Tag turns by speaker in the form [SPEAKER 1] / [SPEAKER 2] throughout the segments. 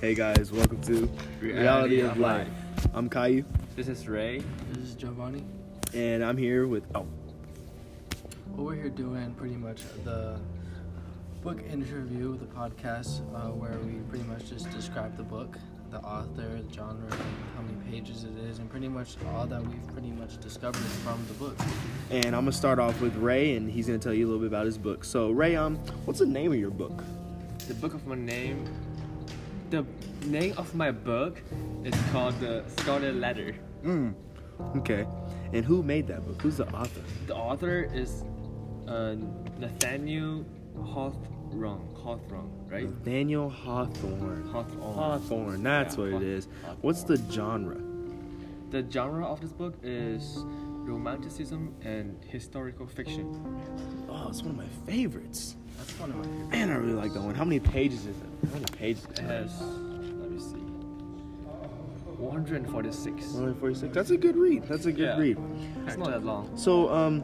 [SPEAKER 1] Hey guys, welcome to Reality,
[SPEAKER 2] Reality
[SPEAKER 1] of
[SPEAKER 2] of
[SPEAKER 1] Life. I'm Caillou,
[SPEAKER 2] This is Ray.
[SPEAKER 3] This is Giovanni.
[SPEAKER 1] and I'm here with oh,
[SPEAKER 3] What we're here doing pretty much the book interview, the podcast uh, where we pretty much just describe the book, the author, the genre, how many pages it is, and pretty much all that we've pretty much discovered from the book.
[SPEAKER 1] and I'm gonna start off with Ray, and he's gonna tell you a little bit about his book. So Ray, um, what's the name of your book?
[SPEAKER 2] The book of my name. The name of my book is called The Scarlet Letter.
[SPEAKER 1] Mm. Okay, and who made that book? Who's the author?
[SPEAKER 2] The author is uh, Nathaniel Hawthorne. Hawthorne, right?
[SPEAKER 1] Daniel Hawthorne.
[SPEAKER 2] Hawthorne.
[SPEAKER 1] Hawthorne, that's
[SPEAKER 2] Yeah,
[SPEAKER 1] what it
[SPEAKER 2] Hawth-
[SPEAKER 1] is. What's the genre?
[SPEAKER 2] The genre of this book is romanticism and historical fiction.
[SPEAKER 1] Oh, it's one of my favorites.
[SPEAKER 3] That's one of my favorites.
[SPEAKER 1] Man, I really like that one. How many pages is it? How many pages?
[SPEAKER 2] It has, let me see, 146.
[SPEAKER 1] 146. That's a good read. That's a good
[SPEAKER 2] Yeah.
[SPEAKER 1] read.
[SPEAKER 2] It's not that long.
[SPEAKER 1] So um,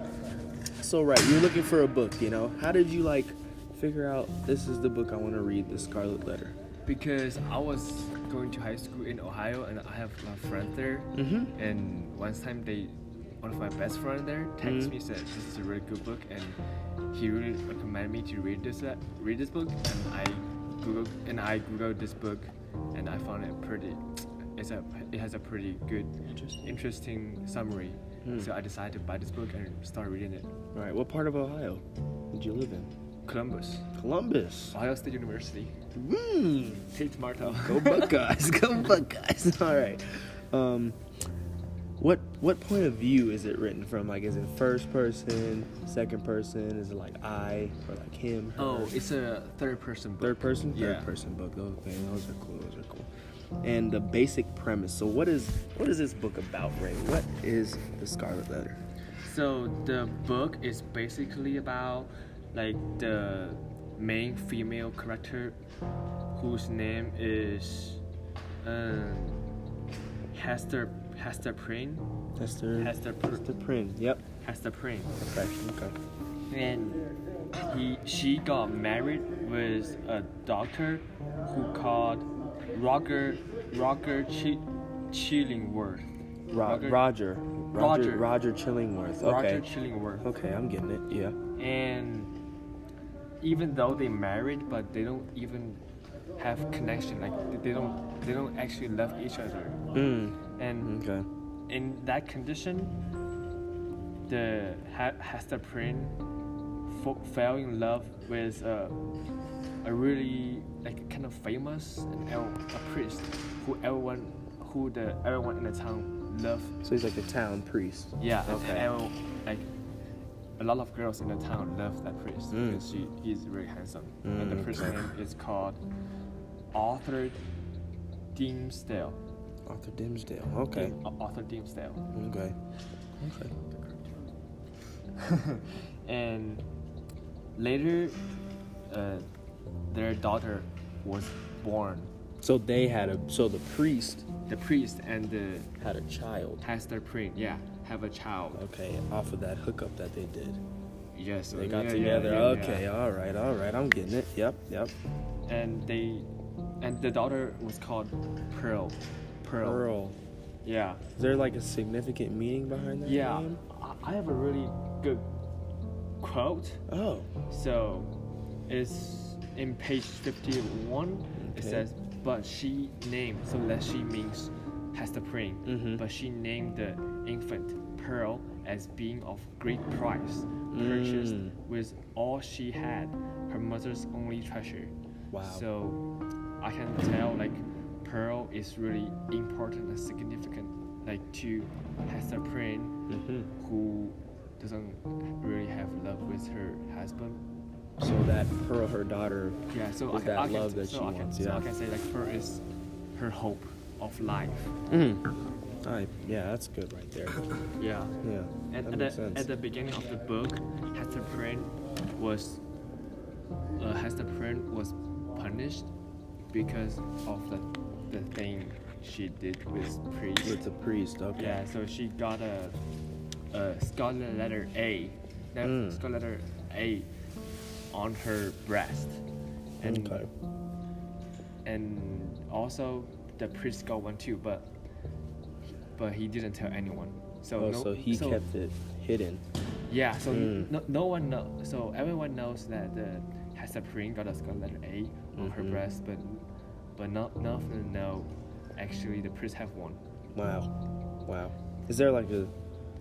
[SPEAKER 1] so right, you're looking for a book, you know. How did you like figure out this is the book I want to read, The Scarlet Letter?
[SPEAKER 2] because I was going to high school in Ohio and I have a friend there.
[SPEAKER 1] Mhm.
[SPEAKER 2] And once time they, one of my best friend there, texted
[SPEAKER 1] Mhm.
[SPEAKER 2] me said this is a really good book and he really recommended me to read this uh, read this book and I googled and I googled this book and I found it pretty. It's a it has a pretty good
[SPEAKER 3] Interesting.
[SPEAKER 2] interesting summary.
[SPEAKER 1] Hmm.
[SPEAKER 2] So I decided to buy this book and start reading it.
[SPEAKER 1] All right, what part of Ohio did you live in?
[SPEAKER 2] Columbus,
[SPEAKER 1] Columbus.
[SPEAKER 2] Ohio State University,
[SPEAKER 1] Mmm.
[SPEAKER 2] Tate Martell.
[SPEAKER 1] Go Buckeyes. Go Buckeyes. All right. Um, what what point of view is it written from? Like, is it first person, second person? Is it like I or like him? her?
[SPEAKER 2] Oh, it's a third person book.
[SPEAKER 1] Third person, third
[SPEAKER 2] Yeah.
[SPEAKER 1] person book. Those, man, those are cool. Those are cool. And the basic premise. So, what is what is this book about, Ray? What is the Scarlet Letter?
[SPEAKER 2] So the book is basically about like the main female character whose name is um, Hester Hester Prynne.
[SPEAKER 1] That's the that's
[SPEAKER 2] Hester Prynne.
[SPEAKER 1] the print. Yep.
[SPEAKER 2] Hester Prynne.
[SPEAKER 1] Okay. Okay.
[SPEAKER 2] And he she got married with a doctor who called Roger Roger Chi Chillingworth.
[SPEAKER 1] Ro- Roger. Roger. Roger.
[SPEAKER 2] Roger.
[SPEAKER 1] Chillingworth. Okay.
[SPEAKER 2] Roger Chillingworth.
[SPEAKER 1] okay, I'm getting it. Yeah.
[SPEAKER 2] and even though they married but they don't even have connection like they don't they don't actually love each other
[SPEAKER 1] Mm.
[SPEAKER 2] and
[SPEAKER 1] Okay.
[SPEAKER 2] in that condition the Ha- Hester Prynne fo- fell in love with a, a really like kind of famous and el- a priest who everyone who the everyone in the town loved
[SPEAKER 1] So he's like the town priest.
[SPEAKER 2] yeah, and
[SPEAKER 1] Okay.
[SPEAKER 2] L- like a lot of girls in the town love that priest
[SPEAKER 1] Mm.
[SPEAKER 2] because she is very handsome. and
[SPEAKER 1] Mm,
[SPEAKER 2] the priest's
[SPEAKER 1] okay.
[SPEAKER 2] name is called Arthur Dimmesdale.
[SPEAKER 1] Arthur Dimsdale. Okay.
[SPEAKER 2] Dim- Arthur Dimmesdale.
[SPEAKER 1] Okay. Okay.
[SPEAKER 2] And later, uh, their daughter was born.
[SPEAKER 1] So they had a. So the priest
[SPEAKER 2] The priest and the
[SPEAKER 1] had a child.
[SPEAKER 2] pastor Prince, yeah, have a child.
[SPEAKER 1] Okay. Off of that hookup that they did.
[SPEAKER 2] Yes,
[SPEAKER 1] They
[SPEAKER 2] yeah,
[SPEAKER 1] got
[SPEAKER 2] yeah,
[SPEAKER 1] together.
[SPEAKER 2] yeah, yeah.
[SPEAKER 1] okay, all right, all right. I'm getting it. Yep, yep.
[SPEAKER 2] And they, and the daughter was called Pearl. Pearl.
[SPEAKER 1] Pearl.
[SPEAKER 2] Yeah.
[SPEAKER 1] Is there like a significant meaning behind that?
[SPEAKER 2] Yeah,
[SPEAKER 1] name?
[SPEAKER 2] Um, I- I have a really good quote.
[SPEAKER 1] Oh.
[SPEAKER 2] So it's in page 51. It
[SPEAKER 1] Okay.
[SPEAKER 2] says, But she named, so that she means has the praying,
[SPEAKER 1] Mhm.
[SPEAKER 2] but she named the infant Pearl as being of great price, purchased
[SPEAKER 1] Mm.
[SPEAKER 2] with all she had, her mother's only treasure.
[SPEAKER 1] Wow.
[SPEAKER 2] So I can tell like Pearl is really important and significant like to Hester Prynne
[SPEAKER 1] hmm
[SPEAKER 2] who doesn't really have love with her husband.
[SPEAKER 1] So that Pearl, her daughter.
[SPEAKER 2] Yeah, so
[SPEAKER 1] With
[SPEAKER 2] I, can-
[SPEAKER 1] that
[SPEAKER 2] I can,
[SPEAKER 1] love that
[SPEAKER 2] so
[SPEAKER 1] she
[SPEAKER 2] I can,
[SPEAKER 1] wants,
[SPEAKER 2] so
[SPEAKER 1] yeah.
[SPEAKER 2] I can say like her is her hope of life.
[SPEAKER 1] Mm. I, yeah, that's good right there.
[SPEAKER 2] Yeah.
[SPEAKER 1] Yeah.
[SPEAKER 2] At,
[SPEAKER 1] that
[SPEAKER 2] at,
[SPEAKER 1] makes
[SPEAKER 2] the,
[SPEAKER 1] sense.
[SPEAKER 2] at the beginning of the book, Hester Prynne was uh, Hester Prynne was punished because of the the thing she did with priest.
[SPEAKER 1] With the priest, okay.
[SPEAKER 2] Yeah, so she got a, a scarlet letter A, that
[SPEAKER 1] Mm.
[SPEAKER 2] scarlet letter A, on her breast, and
[SPEAKER 1] Okay.
[SPEAKER 2] and also the priest got one too, but but he didn't tell anyone. So
[SPEAKER 1] Oh,
[SPEAKER 2] no,
[SPEAKER 1] so he kept it hidden.
[SPEAKER 2] Yeah, so
[SPEAKER 1] Mm.
[SPEAKER 2] no, no one know. So everyone knows that the Hexaprin got a scar letter A on her
[SPEAKER 1] Mhm.
[SPEAKER 2] breast, but but not none of them know. Actually, the priests have one.
[SPEAKER 1] Wow, wow. Is there like a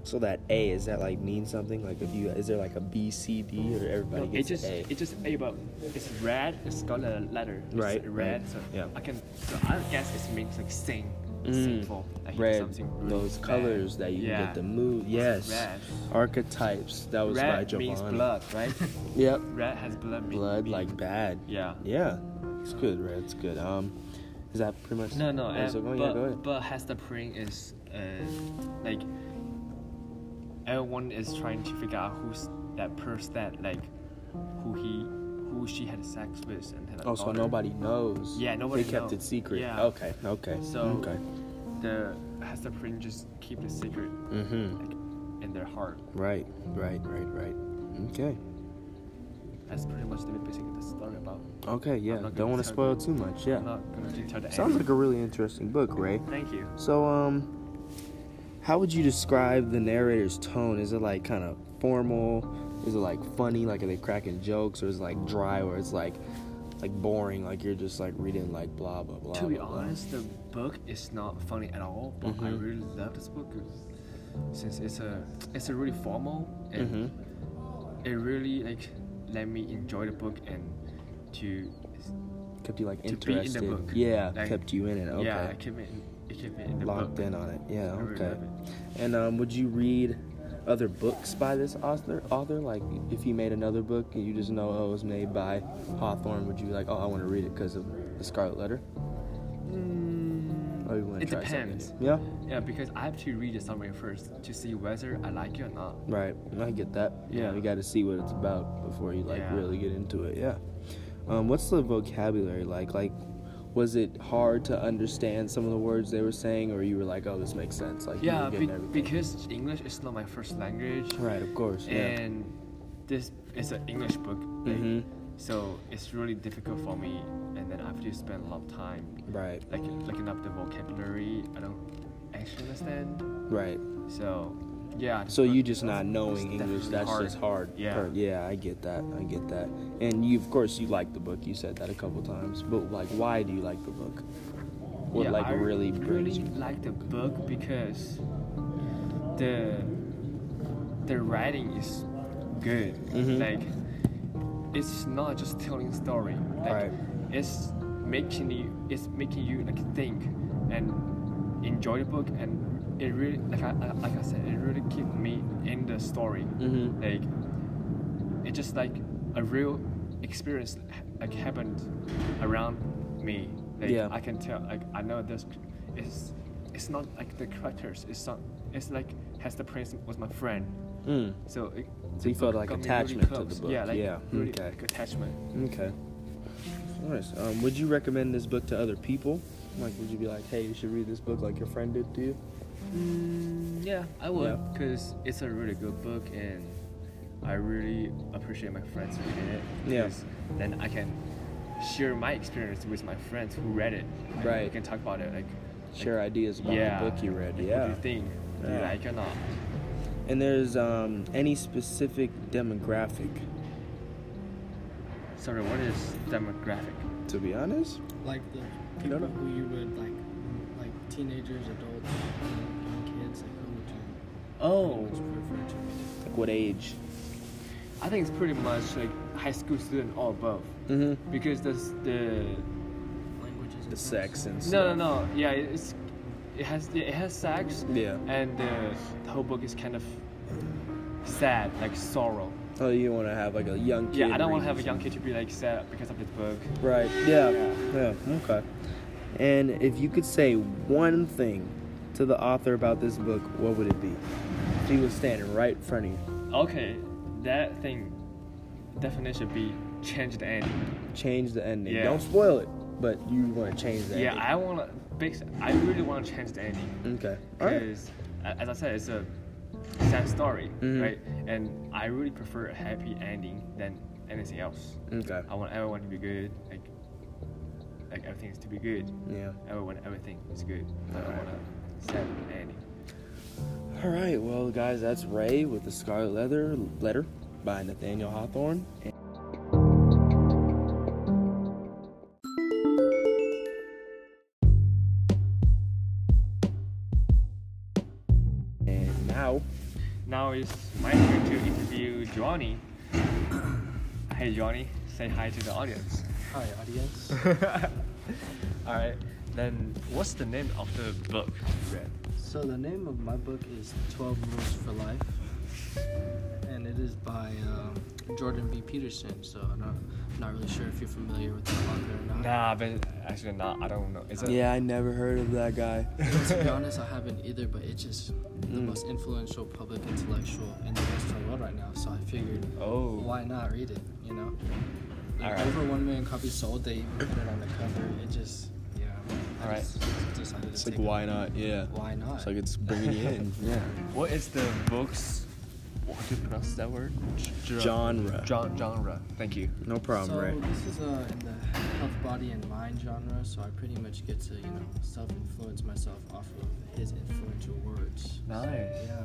[SPEAKER 1] so that A is that like mean something? Like if you is there like a B C D or everybody
[SPEAKER 2] No, it
[SPEAKER 1] gets
[SPEAKER 2] just
[SPEAKER 1] an
[SPEAKER 2] it just A, but it's red. It's got a letter. It's
[SPEAKER 1] Right,
[SPEAKER 2] Red.
[SPEAKER 1] right,
[SPEAKER 2] So
[SPEAKER 1] yeah.
[SPEAKER 2] I can. So I guess it means like sing,
[SPEAKER 1] Mm,
[SPEAKER 2] sinful. Like
[SPEAKER 1] A?
[SPEAKER 2] he did
[SPEAKER 1] Red.
[SPEAKER 2] Something really
[SPEAKER 1] Those
[SPEAKER 2] bad.
[SPEAKER 1] colors that you can
[SPEAKER 2] Yeah.
[SPEAKER 1] get the mood. Yes.
[SPEAKER 2] Red.
[SPEAKER 1] Archetypes. That was by
[SPEAKER 2] Red
[SPEAKER 1] Jovan.
[SPEAKER 2] means blood, right?
[SPEAKER 1] Yep.
[SPEAKER 2] red has blood. mean-
[SPEAKER 1] Blood
[SPEAKER 2] mean-
[SPEAKER 1] like bad.
[SPEAKER 2] Yeah.
[SPEAKER 1] Yeah. It's good, red. It's good. Um, is that pretty much?
[SPEAKER 2] No, no.
[SPEAKER 1] Oh,
[SPEAKER 2] Uh,
[SPEAKER 1] so go
[SPEAKER 2] but
[SPEAKER 1] on, yeah, go ahead.
[SPEAKER 2] but Hester Prynne is uh, like everyone is trying to figure out who's that person that like who he who she had sex with and had a
[SPEAKER 1] Oh, so
[SPEAKER 2] daughter.
[SPEAKER 1] nobody knows.
[SPEAKER 2] Yeah, nobody
[SPEAKER 1] They kept
[SPEAKER 2] know.
[SPEAKER 1] it secret.
[SPEAKER 2] Yeah.
[SPEAKER 1] Okay. Okay.
[SPEAKER 2] So-
[SPEAKER 1] okay.
[SPEAKER 2] The Hester Prynne just keep the secret
[SPEAKER 1] Mm-hmm.
[SPEAKER 2] like in their heart.
[SPEAKER 1] Right. Right. Right. Right. Okay.
[SPEAKER 2] That's pretty much the basic the story about.
[SPEAKER 1] Okay. Yeah.
[SPEAKER 2] not
[SPEAKER 1] Don't
[SPEAKER 2] gonna
[SPEAKER 1] want to
[SPEAKER 2] tell
[SPEAKER 1] spoil too much. Yeah.
[SPEAKER 2] I'm not gonna detail the
[SPEAKER 1] Sounds
[SPEAKER 2] end.
[SPEAKER 1] like a really interesting book, Ray.
[SPEAKER 2] Thank you.
[SPEAKER 1] So, um, how would you describe the narrator's tone? Is it like kind of formal? Is it like funny? Like, are they cracking jokes, or is it like dry, or it's like like boring? Like you're just like reading like blah blah blah.
[SPEAKER 2] To be
[SPEAKER 1] blah, blah.
[SPEAKER 2] honest, the book is not funny at all, but I
[SPEAKER 1] Mhm.
[SPEAKER 2] really love this book 'cause- since it's a it's a really formal and
[SPEAKER 1] Mhm.
[SPEAKER 2] it really like let me enjoy the book and to
[SPEAKER 1] kept you like
[SPEAKER 2] to be in the
[SPEAKER 1] interested.
[SPEAKER 2] book.
[SPEAKER 1] Yeah,
[SPEAKER 2] Like,
[SPEAKER 1] kept you in it. Okay,
[SPEAKER 2] yeah, it kept me in, it kept me in the
[SPEAKER 1] locked
[SPEAKER 2] book.
[SPEAKER 1] in on it. Yeah,
[SPEAKER 2] I really
[SPEAKER 1] okay.
[SPEAKER 2] love it.
[SPEAKER 1] And um, would you read other books by this author? Author, like if he made another book and you just know oh, it was made by Hawthorne, would you be like, oh, I want to read it because of the Scarlet Letter? Or Oh, you want to
[SPEAKER 2] Mm, It
[SPEAKER 1] try
[SPEAKER 2] depends.
[SPEAKER 1] something? new? Yeah,
[SPEAKER 2] Yeah, because I have to read the summary first to see whether I like it or not.
[SPEAKER 1] right. I get that.
[SPEAKER 2] Yeah.
[SPEAKER 1] you got to see what it's about before you like
[SPEAKER 2] Yeah.
[SPEAKER 1] really get into it. Yeah. Um, what's the vocabulary like? Like, was it hard to understand some of the words they were saying, or you were like, oh, this makes sense? Like, you
[SPEAKER 2] Yeah,
[SPEAKER 1] were getting
[SPEAKER 2] be-
[SPEAKER 1] everything.
[SPEAKER 2] because English is not my first language,
[SPEAKER 1] Right, of course. Yeah.
[SPEAKER 2] and this is an English book, like,
[SPEAKER 1] Mhm.
[SPEAKER 2] so it's really difficult for me. And then I have to spend a lot of time
[SPEAKER 1] Right.
[SPEAKER 2] like looking up the vocabulary. I don't actually understand.
[SPEAKER 1] Right.
[SPEAKER 2] So, yeah.
[SPEAKER 1] So you
[SPEAKER 2] but-
[SPEAKER 1] just not knowing
[SPEAKER 2] it's
[SPEAKER 1] English,
[SPEAKER 2] definitely
[SPEAKER 1] that's
[SPEAKER 2] hard.
[SPEAKER 1] just hard.
[SPEAKER 2] Yeah.
[SPEAKER 1] Hard. Yeah, I get that. I get that. And you, of course, you like the book. You said that a couple times. But like, why do you like the book? What
[SPEAKER 2] Yeah,
[SPEAKER 1] like
[SPEAKER 2] I
[SPEAKER 1] really brings?
[SPEAKER 2] really like the book because the the writing is good.
[SPEAKER 1] Mhm.
[SPEAKER 2] Like it's not just telling story. Like
[SPEAKER 1] Right.
[SPEAKER 2] it's making you it's making you like think and enjoy the book and it really like I I- like I said it really keeps me in the story.
[SPEAKER 1] Mhm.
[SPEAKER 2] Like it's just like a real experience like happened around me. Like
[SPEAKER 1] Yeah.
[SPEAKER 2] I can tell like I know this it's it's not like the characters, it's not it's like Hester Prince was my friend.
[SPEAKER 1] Mm.
[SPEAKER 2] So it
[SPEAKER 1] So
[SPEAKER 2] the
[SPEAKER 1] you felt
[SPEAKER 2] book
[SPEAKER 1] like
[SPEAKER 2] got me
[SPEAKER 1] attachment to the
[SPEAKER 2] close.
[SPEAKER 1] book.
[SPEAKER 2] Yeah, like
[SPEAKER 1] Yeah,
[SPEAKER 2] really
[SPEAKER 1] okay.
[SPEAKER 2] like attachment.
[SPEAKER 1] Okay. Nice. Um, would you recommend this book to other people? Like, would you be like, hey, you should read this book, like your friend did to you?
[SPEAKER 2] Mm, yeah, I would
[SPEAKER 1] Yeah.
[SPEAKER 2] because it's a really good book and I really appreciate my friends who read it.
[SPEAKER 1] Yeah.
[SPEAKER 2] 'cause Then I can share my experience with my friends who read it. and We
[SPEAKER 1] Right.
[SPEAKER 2] can talk about it like
[SPEAKER 1] Share ideas about
[SPEAKER 2] yeah.
[SPEAKER 1] the book you read.
[SPEAKER 2] Like,
[SPEAKER 1] yeah.
[SPEAKER 2] What do you think? Do you
[SPEAKER 1] Yeah.
[SPEAKER 2] like it or not?
[SPEAKER 1] And there's um, any specific demographic?
[SPEAKER 2] Sorry, what is demographic?
[SPEAKER 1] To be honest.
[SPEAKER 3] Like the
[SPEAKER 1] Oh. You don't
[SPEAKER 3] people
[SPEAKER 1] know.
[SPEAKER 3] who you would like, m- like teenagers, adults, young kids. Like who would you
[SPEAKER 2] Oh,
[SPEAKER 3] most refer to?
[SPEAKER 1] Like what age?
[SPEAKER 2] I think it's pretty much like high school student or above
[SPEAKER 1] Mm-hmm.
[SPEAKER 2] because that's the
[SPEAKER 3] Languages.
[SPEAKER 1] The
[SPEAKER 3] and
[SPEAKER 1] sex and stuff.
[SPEAKER 2] no no no yeah it's it has it has sex
[SPEAKER 1] Yeah.
[SPEAKER 2] and uh, the whole book is kind of sad, like sorrow.
[SPEAKER 1] Oh, you want to have like a young kid?
[SPEAKER 2] Yeah, I don't want
[SPEAKER 1] read
[SPEAKER 2] to have a
[SPEAKER 1] this.
[SPEAKER 2] young kid to be like sad because of this book.
[SPEAKER 1] Right. Yeah.
[SPEAKER 2] Yeah.
[SPEAKER 1] Yeah. Okay. And if you could say one thing to the author about this book, what would it be? If he was standing right in front of you.
[SPEAKER 2] Okay, that thing definitely should be change the ending.
[SPEAKER 1] Change the ending.
[SPEAKER 2] Yeah.
[SPEAKER 1] Don't spoil it, but you want to change the
[SPEAKER 2] Yeah,
[SPEAKER 1] ending.
[SPEAKER 2] I wanna, big- I really wanna change the ending.
[SPEAKER 1] Okay. All right.
[SPEAKER 2] Because, as I said, it's a sad story,
[SPEAKER 1] Mhm.
[SPEAKER 2] right? And I really prefer a
[SPEAKER 1] Mm.
[SPEAKER 2] happy ending than anything else.
[SPEAKER 1] Okay.
[SPEAKER 2] I want everyone to be good, like like everything is to be good.
[SPEAKER 1] Yeah.
[SPEAKER 2] I would want everything is good. I don't
[SPEAKER 1] Alright.
[SPEAKER 2] want to set any.
[SPEAKER 1] All right, well, guys, that's Ray with the Scarlet Leather Letter by Nathaniel Hawthorne. And now,
[SPEAKER 2] Now it's my turn to interview Johnny. hey Johnny, say hi to the audience.
[SPEAKER 3] Hi, audience.
[SPEAKER 2] All right. Then what's the name of the book you read?
[SPEAKER 3] So the name of my book is 12 Rules for Life, and it is by um, Jordan B. Peterson. So I'm not, not really sure if you're familiar with the author or not.
[SPEAKER 2] Nah, but actually not. I don't know. Is it?
[SPEAKER 1] yeah, I never heard of that guy.
[SPEAKER 3] to be honest, I haven't either, but it's just the most influential public intellectual in the Western world right now. So I figured,
[SPEAKER 2] Oh.
[SPEAKER 3] why not read it? You know, like,
[SPEAKER 2] Alright.
[SPEAKER 3] over one million copies sold. They even put it on the cover. It just, yeah. I
[SPEAKER 2] Alright.
[SPEAKER 3] just decided
[SPEAKER 4] It's
[SPEAKER 3] to
[SPEAKER 4] like
[SPEAKER 3] take a-
[SPEAKER 4] why not? Yeah.
[SPEAKER 3] Why not?
[SPEAKER 4] It's like it's bringing you in.
[SPEAKER 1] Yeah.
[SPEAKER 2] What is the book's? What do you pronounce that word? Gen-
[SPEAKER 1] Genre.
[SPEAKER 2] Gen- genre. Thank you.
[SPEAKER 1] No problem,
[SPEAKER 3] so
[SPEAKER 1] Ray.
[SPEAKER 3] this is uh, in the health, body, and mind genre. So I pretty much get to you know self-influence myself off of his influential words. So,
[SPEAKER 2] Nice.
[SPEAKER 3] yeah.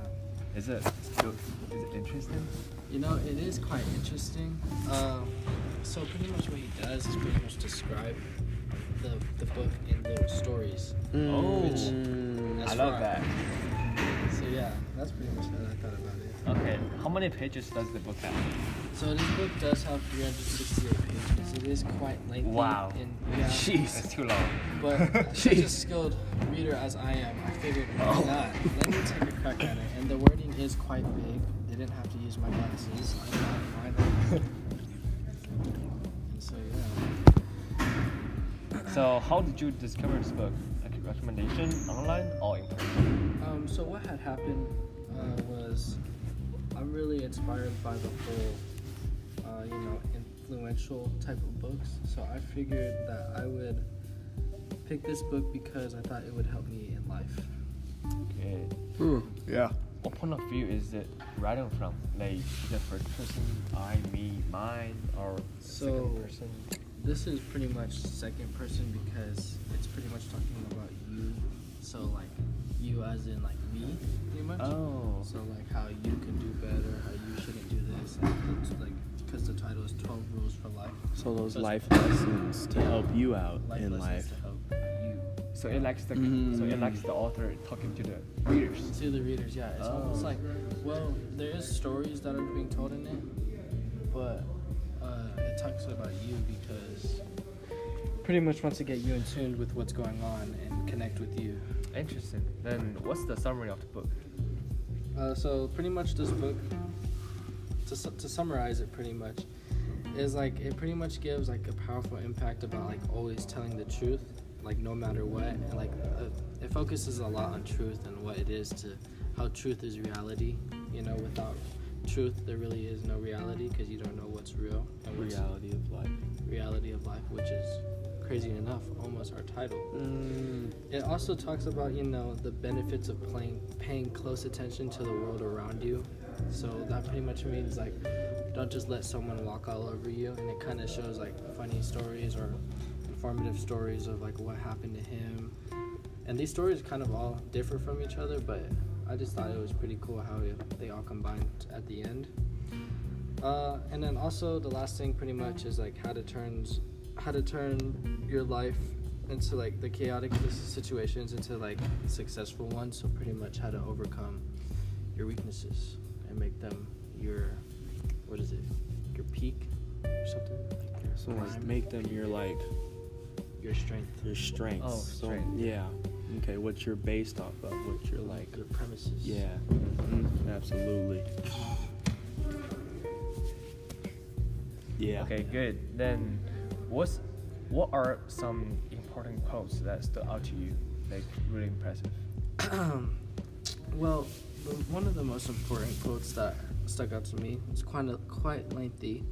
[SPEAKER 2] Is it? Is it interesting?
[SPEAKER 3] You know, it is quite interesting. Um, so pretty much what he does is pretty much describe the, the book in little stories.
[SPEAKER 1] Mm.
[SPEAKER 3] That's fine. So yeah, that's pretty much how I thought about it.
[SPEAKER 2] Okay. How many pages does the book have?
[SPEAKER 3] So this book does have 368 pages. It is quite lengthy.
[SPEAKER 2] Wow.
[SPEAKER 3] And yeah,
[SPEAKER 2] Jeez. That's too long.
[SPEAKER 3] but such
[SPEAKER 2] Jeez. Oh.
[SPEAKER 3] a skilled reader as I am, I figured why not? Let me take a crack at it. And the wording is quite big. They didn't have to use my glasses. I got mine. and so yeah.
[SPEAKER 2] So how did you discover this book? Like recommendation online or in person?
[SPEAKER 3] Um, so what had happened uh, was I'm really inspired by the whole, uh, you know, influential type of books. So I figured that I would pick this book because I thought it would help me in life.
[SPEAKER 2] Okay.
[SPEAKER 4] yeah.
[SPEAKER 2] What point of view is it writing from? Like is it first person, I, me, mine, or
[SPEAKER 3] So-
[SPEAKER 2] second person?
[SPEAKER 3] This is pretty much second person because it's pretty much talking about you. So like you as in like me, pretty much.
[SPEAKER 2] Oh.
[SPEAKER 3] So like how you can do better, how you shouldn't do this, and it's like because the title is 12 rules for life.
[SPEAKER 1] So those
[SPEAKER 3] So it's-
[SPEAKER 1] life lessons to help you out
[SPEAKER 3] Life
[SPEAKER 1] in
[SPEAKER 3] lessons
[SPEAKER 1] life.
[SPEAKER 3] to help you.
[SPEAKER 2] So it likes the so it likes the author talking to the readers.
[SPEAKER 3] To the readers, yeah. It's
[SPEAKER 2] Oh.
[SPEAKER 3] almost like, well, there is stories that are being told in it, but uh, it talks about you because pretty much wants to get you in tune with what's going on and connect with you.
[SPEAKER 2] Interesting. Then what's the summary of the book?
[SPEAKER 3] Uh, so pretty much this book, to, su- to summarize it pretty much, is like it pretty much gives like a powerful impact about like always telling the truth, like no matter what, and like uh, it focuses a lot on truth and what it is to how truth is reality. You know, without truth there really is no reality because you don't know what's real and what's
[SPEAKER 1] Reality of life.
[SPEAKER 3] reality of life, which is crazy enough almost our title.
[SPEAKER 1] Mm.
[SPEAKER 3] It also talks about you know the benefits of playing, paying close attention to the world around you. So that pretty much means like, don't just let someone walk all over you. And it kind of shows like funny stories or informative stories of like what happened to him. And these stories kind of all differ from each other, but I just thought it was pretty cool how it- they all combined at the end. Uh, and then also the last thing pretty much is like how to turns how to turn your life into like the chaotic s- situations into like successful ones. So pretty much how to overcome your weaknesses and make them your what is it? Your peak or something? Like your
[SPEAKER 1] So like
[SPEAKER 3] prime,
[SPEAKER 1] make them your like
[SPEAKER 3] your strength,
[SPEAKER 1] your strengths.
[SPEAKER 2] Oh,
[SPEAKER 1] so
[SPEAKER 2] strength.
[SPEAKER 1] yeah. Okay, what you're based off of, what you're like.
[SPEAKER 3] your premises.
[SPEAKER 1] Yeah. Mhm, Absolutely. Yeah.
[SPEAKER 2] Okay, good. Then what's what are some important quotes that stood out to you? Like really impressive.
[SPEAKER 3] Well, the, one of the most important quotes that stuck out to me, it's quite quite lengthy,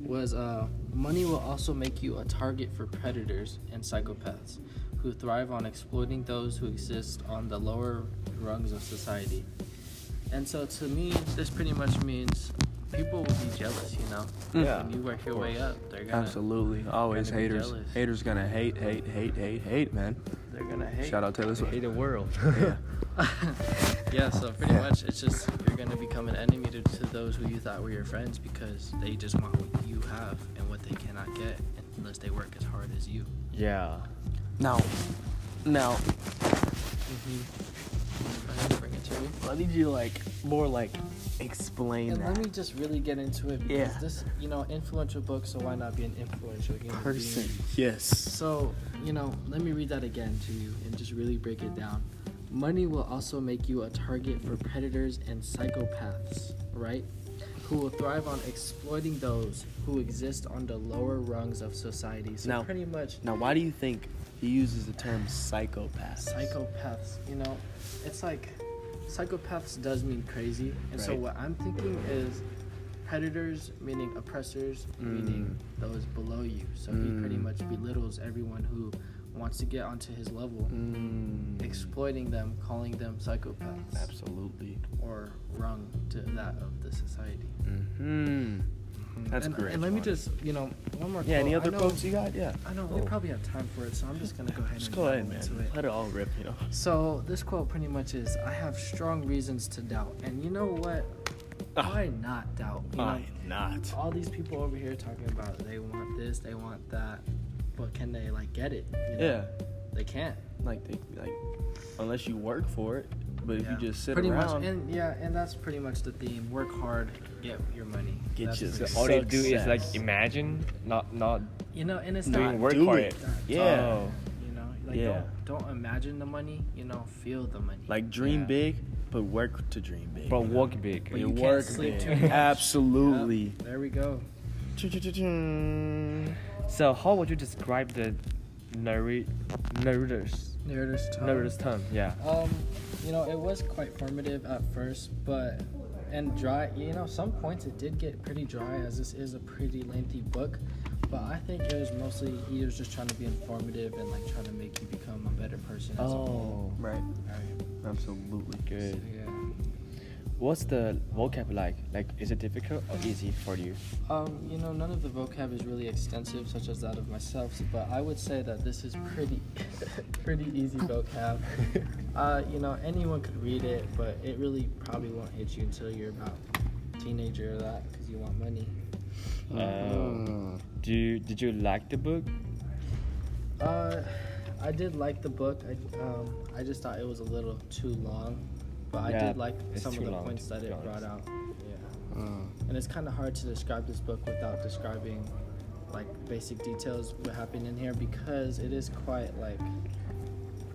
[SPEAKER 3] was uh, "Money will also make you a target for predators and psychopaths, who thrive on exploiting those who exist on the lower rungs of society." And so, to me, this pretty much means people will be jealous, you know.
[SPEAKER 1] Yeah.
[SPEAKER 3] When you work your way up, they're gonna
[SPEAKER 4] Absolutely. Always
[SPEAKER 3] Gonna be
[SPEAKER 4] haters.
[SPEAKER 3] jealous.
[SPEAKER 4] Haters gonna hate, hate, hate, hate, hate, man.
[SPEAKER 3] they're gonna hate.
[SPEAKER 4] Shout out Taylor Swift.
[SPEAKER 3] Hate the world.
[SPEAKER 4] Yeah.
[SPEAKER 3] yeah, so pretty much it's just you're gonna become an enemy to, to those who you thought were your friends because they just want what you have and what they cannot get unless they work as hard as you.
[SPEAKER 2] Yeah.
[SPEAKER 4] Now, now,
[SPEAKER 3] I didn't bring it to you.
[SPEAKER 4] I need you to like more like explain
[SPEAKER 3] And
[SPEAKER 4] that.
[SPEAKER 3] let me just really get into it because
[SPEAKER 4] Yeah.
[SPEAKER 3] this, you know, influential book, so why not be an influential human
[SPEAKER 4] Person.
[SPEAKER 3] being?
[SPEAKER 4] Yes.
[SPEAKER 3] So, you know, let me read that again to you and just really break it down. Money will also make you a target for predators and psychopaths, right? Who will thrive on exploiting those who exist on the lower rungs of society. So,
[SPEAKER 1] Now-
[SPEAKER 3] pretty much
[SPEAKER 1] Now, why do you think he uses the term psychopath?
[SPEAKER 3] psychopaths, you know, it's like psychopaths does mean crazy. And so,
[SPEAKER 1] Right.
[SPEAKER 3] what I'm thinking is predators, meaning oppressors, meaning those below you. So, he pretty much belittles everyone who wants to get onto his level.
[SPEAKER 4] Mm,
[SPEAKER 3] exploiting them, calling them psychopaths,
[SPEAKER 4] absolutely.
[SPEAKER 3] or wrong to that of the society.
[SPEAKER 1] Hmm. That's
[SPEAKER 3] Mm-hmm. and,
[SPEAKER 1] great.
[SPEAKER 3] And let me just, you know, one more.
[SPEAKER 1] Yeah. Any
[SPEAKER 3] quote.
[SPEAKER 1] other
[SPEAKER 3] I know,
[SPEAKER 1] quotes you got? Yeah.
[SPEAKER 3] I know we probably have time for it, so I'm just gonna go ahead
[SPEAKER 1] Just
[SPEAKER 3] and
[SPEAKER 1] go ahead,
[SPEAKER 3] dive
[SPEAKER 1] man.
[SPEAKER 3] into it.
[SPEAKER 1] Let it all rip. You know.
[SPEAKER 3] So this quote pretty much is, "I have strong reasons to doubt," and you know what?
[SPEAKER 1] Ah.
[SPEAKER 3] Why not doubt? You know,
[SPEAKER 1] not?
[SPEAKER 3] all these people over here talking about they want this, they want that, but can they like get it? You know?
[SPEAKER 1] Yeah.
[SPEAKER 3] they can't.
[SPEAKER 1] Like, they, like, unless you work for it, but if
[SPEAKER 3] Yeah.
[SPEAKER 1] you just sit
[SPEAKER 3] pretty
[SPEAKER 1] around,
[SPEAKER 3] much, and yeah, and that's pretty much the theme. Work hard, get your money.
[SPEAKER 1] Get
[SPEAKER 3] That's
[SPEAKER 1] your-
[SPEAKER 3] pretty-
[SPEAKER 2] All they do is like
[SPEAKER 1] Success.
[SPEAKER 2] imagine, not not
[SPEAKER 3] You know, and it's
[SPEAKER 2] doing
[SPEAKER 3] not
[SPEAKER 2] work
[SPEAKER 1] do
[SPEAKER 2] for
[SPEAKER 1] it.
[SPEAKER 2] it.
[SPEAKER 1] Yeah.
[SPEAKER 2] Oh.
[SPEAKER 3] You know, like
[SPEAKER 1] Yeah.
[SPEAKER 3] don't, don't imagine the money. You know, feel the money.
[SPEAKER 1] like dream
[SPEAKER 2] Yeah.
[SPEAKER 1] big, but work to dream big.
[SPEAKER 2] But work big.
[SPEAKER 3] But
[SPEAKER 1] you
[SPEAKER 3] you can't
[SPEAKER 1] work big.
[SPEAKER 3] sleep too much.
[SPEAKER 4] Absolutely.
[SPEAKER 3] Yep, there we go.
[SPEAKER 1] Choo-choo-choo-choo.
[SPEAKER 2] So how would you describe the narrate narrators
[SPEAKER 3] Narrator's time.
[SPEAKER 2] narrators term? Yeah.
[SPEAKER 3] Um, you know, it was quite formative at first, but and dry. You know, some points it did get pretty dry, as this is a pretty lengthy book. But I think it was mostly he was just trying to be informative and like trying to make you become a better person. As a whole.
[SPEAKER 4] Right.
[SPEAKER 3] Alright.
[SPEAKER 4] Absolutely.
[SPEAKER 2] Good.
[SPEAKER 3] Yeah.
[SPEAKER 2] What's the vocab like? Like, is it difficult or easy for you?
[SPEAKER 3] Um, you know, none of the vocab is really extensive, such as that of myself, but I would say that this is pretty, pretty easy vocab. Uh, you know, anyone could read it, but it really probably won't hit you until you're about teenager or that, because you want money.
[SPEAKER 2] Mm. Uh, do you, did you like the book?
[SPEAKER 3] Uh, I did like the book. I, um, I just thought it was a little too long, but I
[SPEAKER 2] Yeah,
[SPEAKER 3] did like
[SPEAKER 2] it's
[SPEAKER 3] some of
[SPEAKER 2] too
[SPEAKER 3] the
[SPEAKER 2] long,
[SPEAKER 3] points
[SPEAKER 2] to
[SPEAKER 3] that
[SPEAKER 2] be
[SPEAKER 3] it
[SPEAKER 2] honest.
[SPEAKER 3] brought out. Yeah. And it's kind of hard to describe this book without describing like basic details what happened in here because it is quite like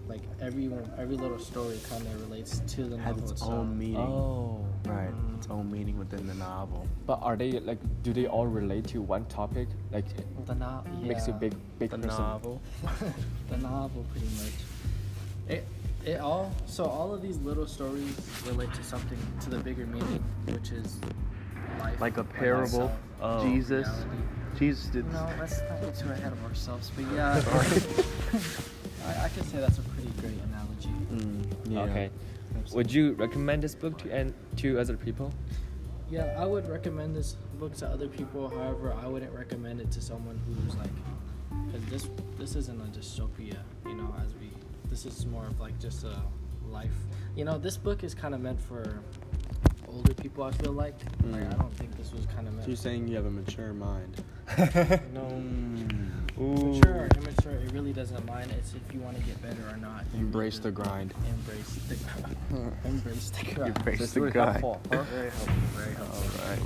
[SPEAKER 3] like everyone every little story kind of relates to the
[SPEAKER 4] Had
[SPEAKER 3] novel
[SPEAKER 4] its
[SPEAKER 3] itself.
[SPEAKER 4] own meaning.
[SPEAKER 2] Oh.
[SPEAKER 4] Right. Its own meaning within the novel.
[SPEAKER 2] But are they like? Do they all relate to one topic? Like, it
[SPEAKER 3] The no-
[SPEAKER 2] makes you
[SPEAKER 3] yeah.
[SPEAKER 2] big big
[SPEAKER 4] The
[SPEAKER 2] person.
[SPEAKER 4] novel.
[SPEAKER 3] the novel pretty much it it all so all of these little stories relate to something to the bigger meaning which is life
[SPEAKER 4] Like a
[SPEAKER 3] life
[SPEAKER 4] parable.
[SPEAKER 3] itself,
[SPEAKER 2] Oh.
[SPEAKER 4] Jesus.
[SPEAKER 3] reality.
[SPEAKER 4] Jesus did.
[SPEAKER 3] no let's not get too ahead of ourselves but yeah I, I could say that's a pretty great analogy
[SPEAKER 4] Mm, yeah.
[SPEAKER 2] Okay.
[SPEAKER 4] Mm.
[SPEAKER 2] Would you recommend this book to and to other people?
[SPEAKER 3] yeah i would recommend this book to other people however i wouldn't recommend it to someone who's like because this this isn't a dystopia you know as we this is more of like just a life you know this book is kind of meant for older people i feel like like i
[SPEAKER 4] Mm.
[SPEAKER 3] don't think this was kind of meant
[SPEAKER 4] So you're saying you have a mature mind.
[SPEAKER 3] no
[SPEAKER 4] Mm.
[SPEAKER 3] mature or immature it really doesn't mind it's if you want to get better or not You
[SPEAKER 4] Embrace
[SPEAKER 3] really
[SPEAKER 4] the grind.
[SPEAKER 3] embrace the embrace the grind
[SPEAKER 4] Embrace
[SPEAKER 2] very helpful, huh?
[SPEAKER 3] very helpful very helpful
[SPEAKER 4] All right.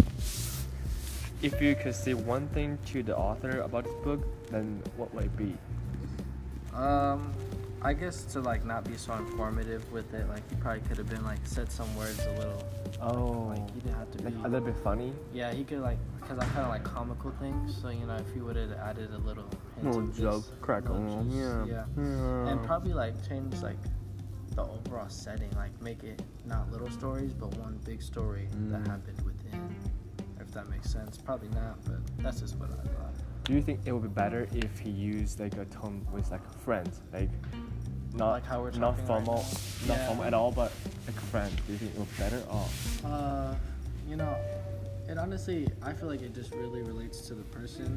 [SPEAKER 2] If you could say one thing to the author about this book, then what would it be?
[SPEAKER 3] Um, I guess to like not be so informative with it, like you probably could have been like said some words a little.
[SPEAKER 2] Oh,
[SPEAKER 3] Like you didn't have to be.
[SPEAKER 2] like a little bit funny.
[SPEAKER 3] yeah, he could like because I kind of like comical things, so you know if he would have added a little hint
[SPEAKER 4] Little
[SPEAKER 3] of
[SPEAKER 4] joke,
[SPEAKER 3] this,
[SPEAKER 4] crack
[SPEAKER 3] little
[SPEAKER 4] along,
[SPEAKER 3] juice,
[SPEAKER 4] yeah.
[SPEAKER 3] yeah, and probably like change like the overall setting, like make it not little stories but one big story that
[SPEAKER 4] Mm.
[SPEAKER 3] happened within. If that makes sense, probably not, but that's just what I thought.
[SPEAKER 2] Do you think it would be better if he used like a tone with like friends, like not
[SPEAKER 3] Like how we're
[SPEAKER 2] not
[SPEAKER 3] talking right
[SPEAKER 2] formal,
[SPEAKER 3] now?
[SPEAKER 2] not
[SPEAKER 3] Yeah.
[SPEAKER 2] Oh. formal at all, but like friends? Do you think it would be better? Or
[SPEAKER 3] Uh, you know, It honestly, I feel like it just really relates to the person.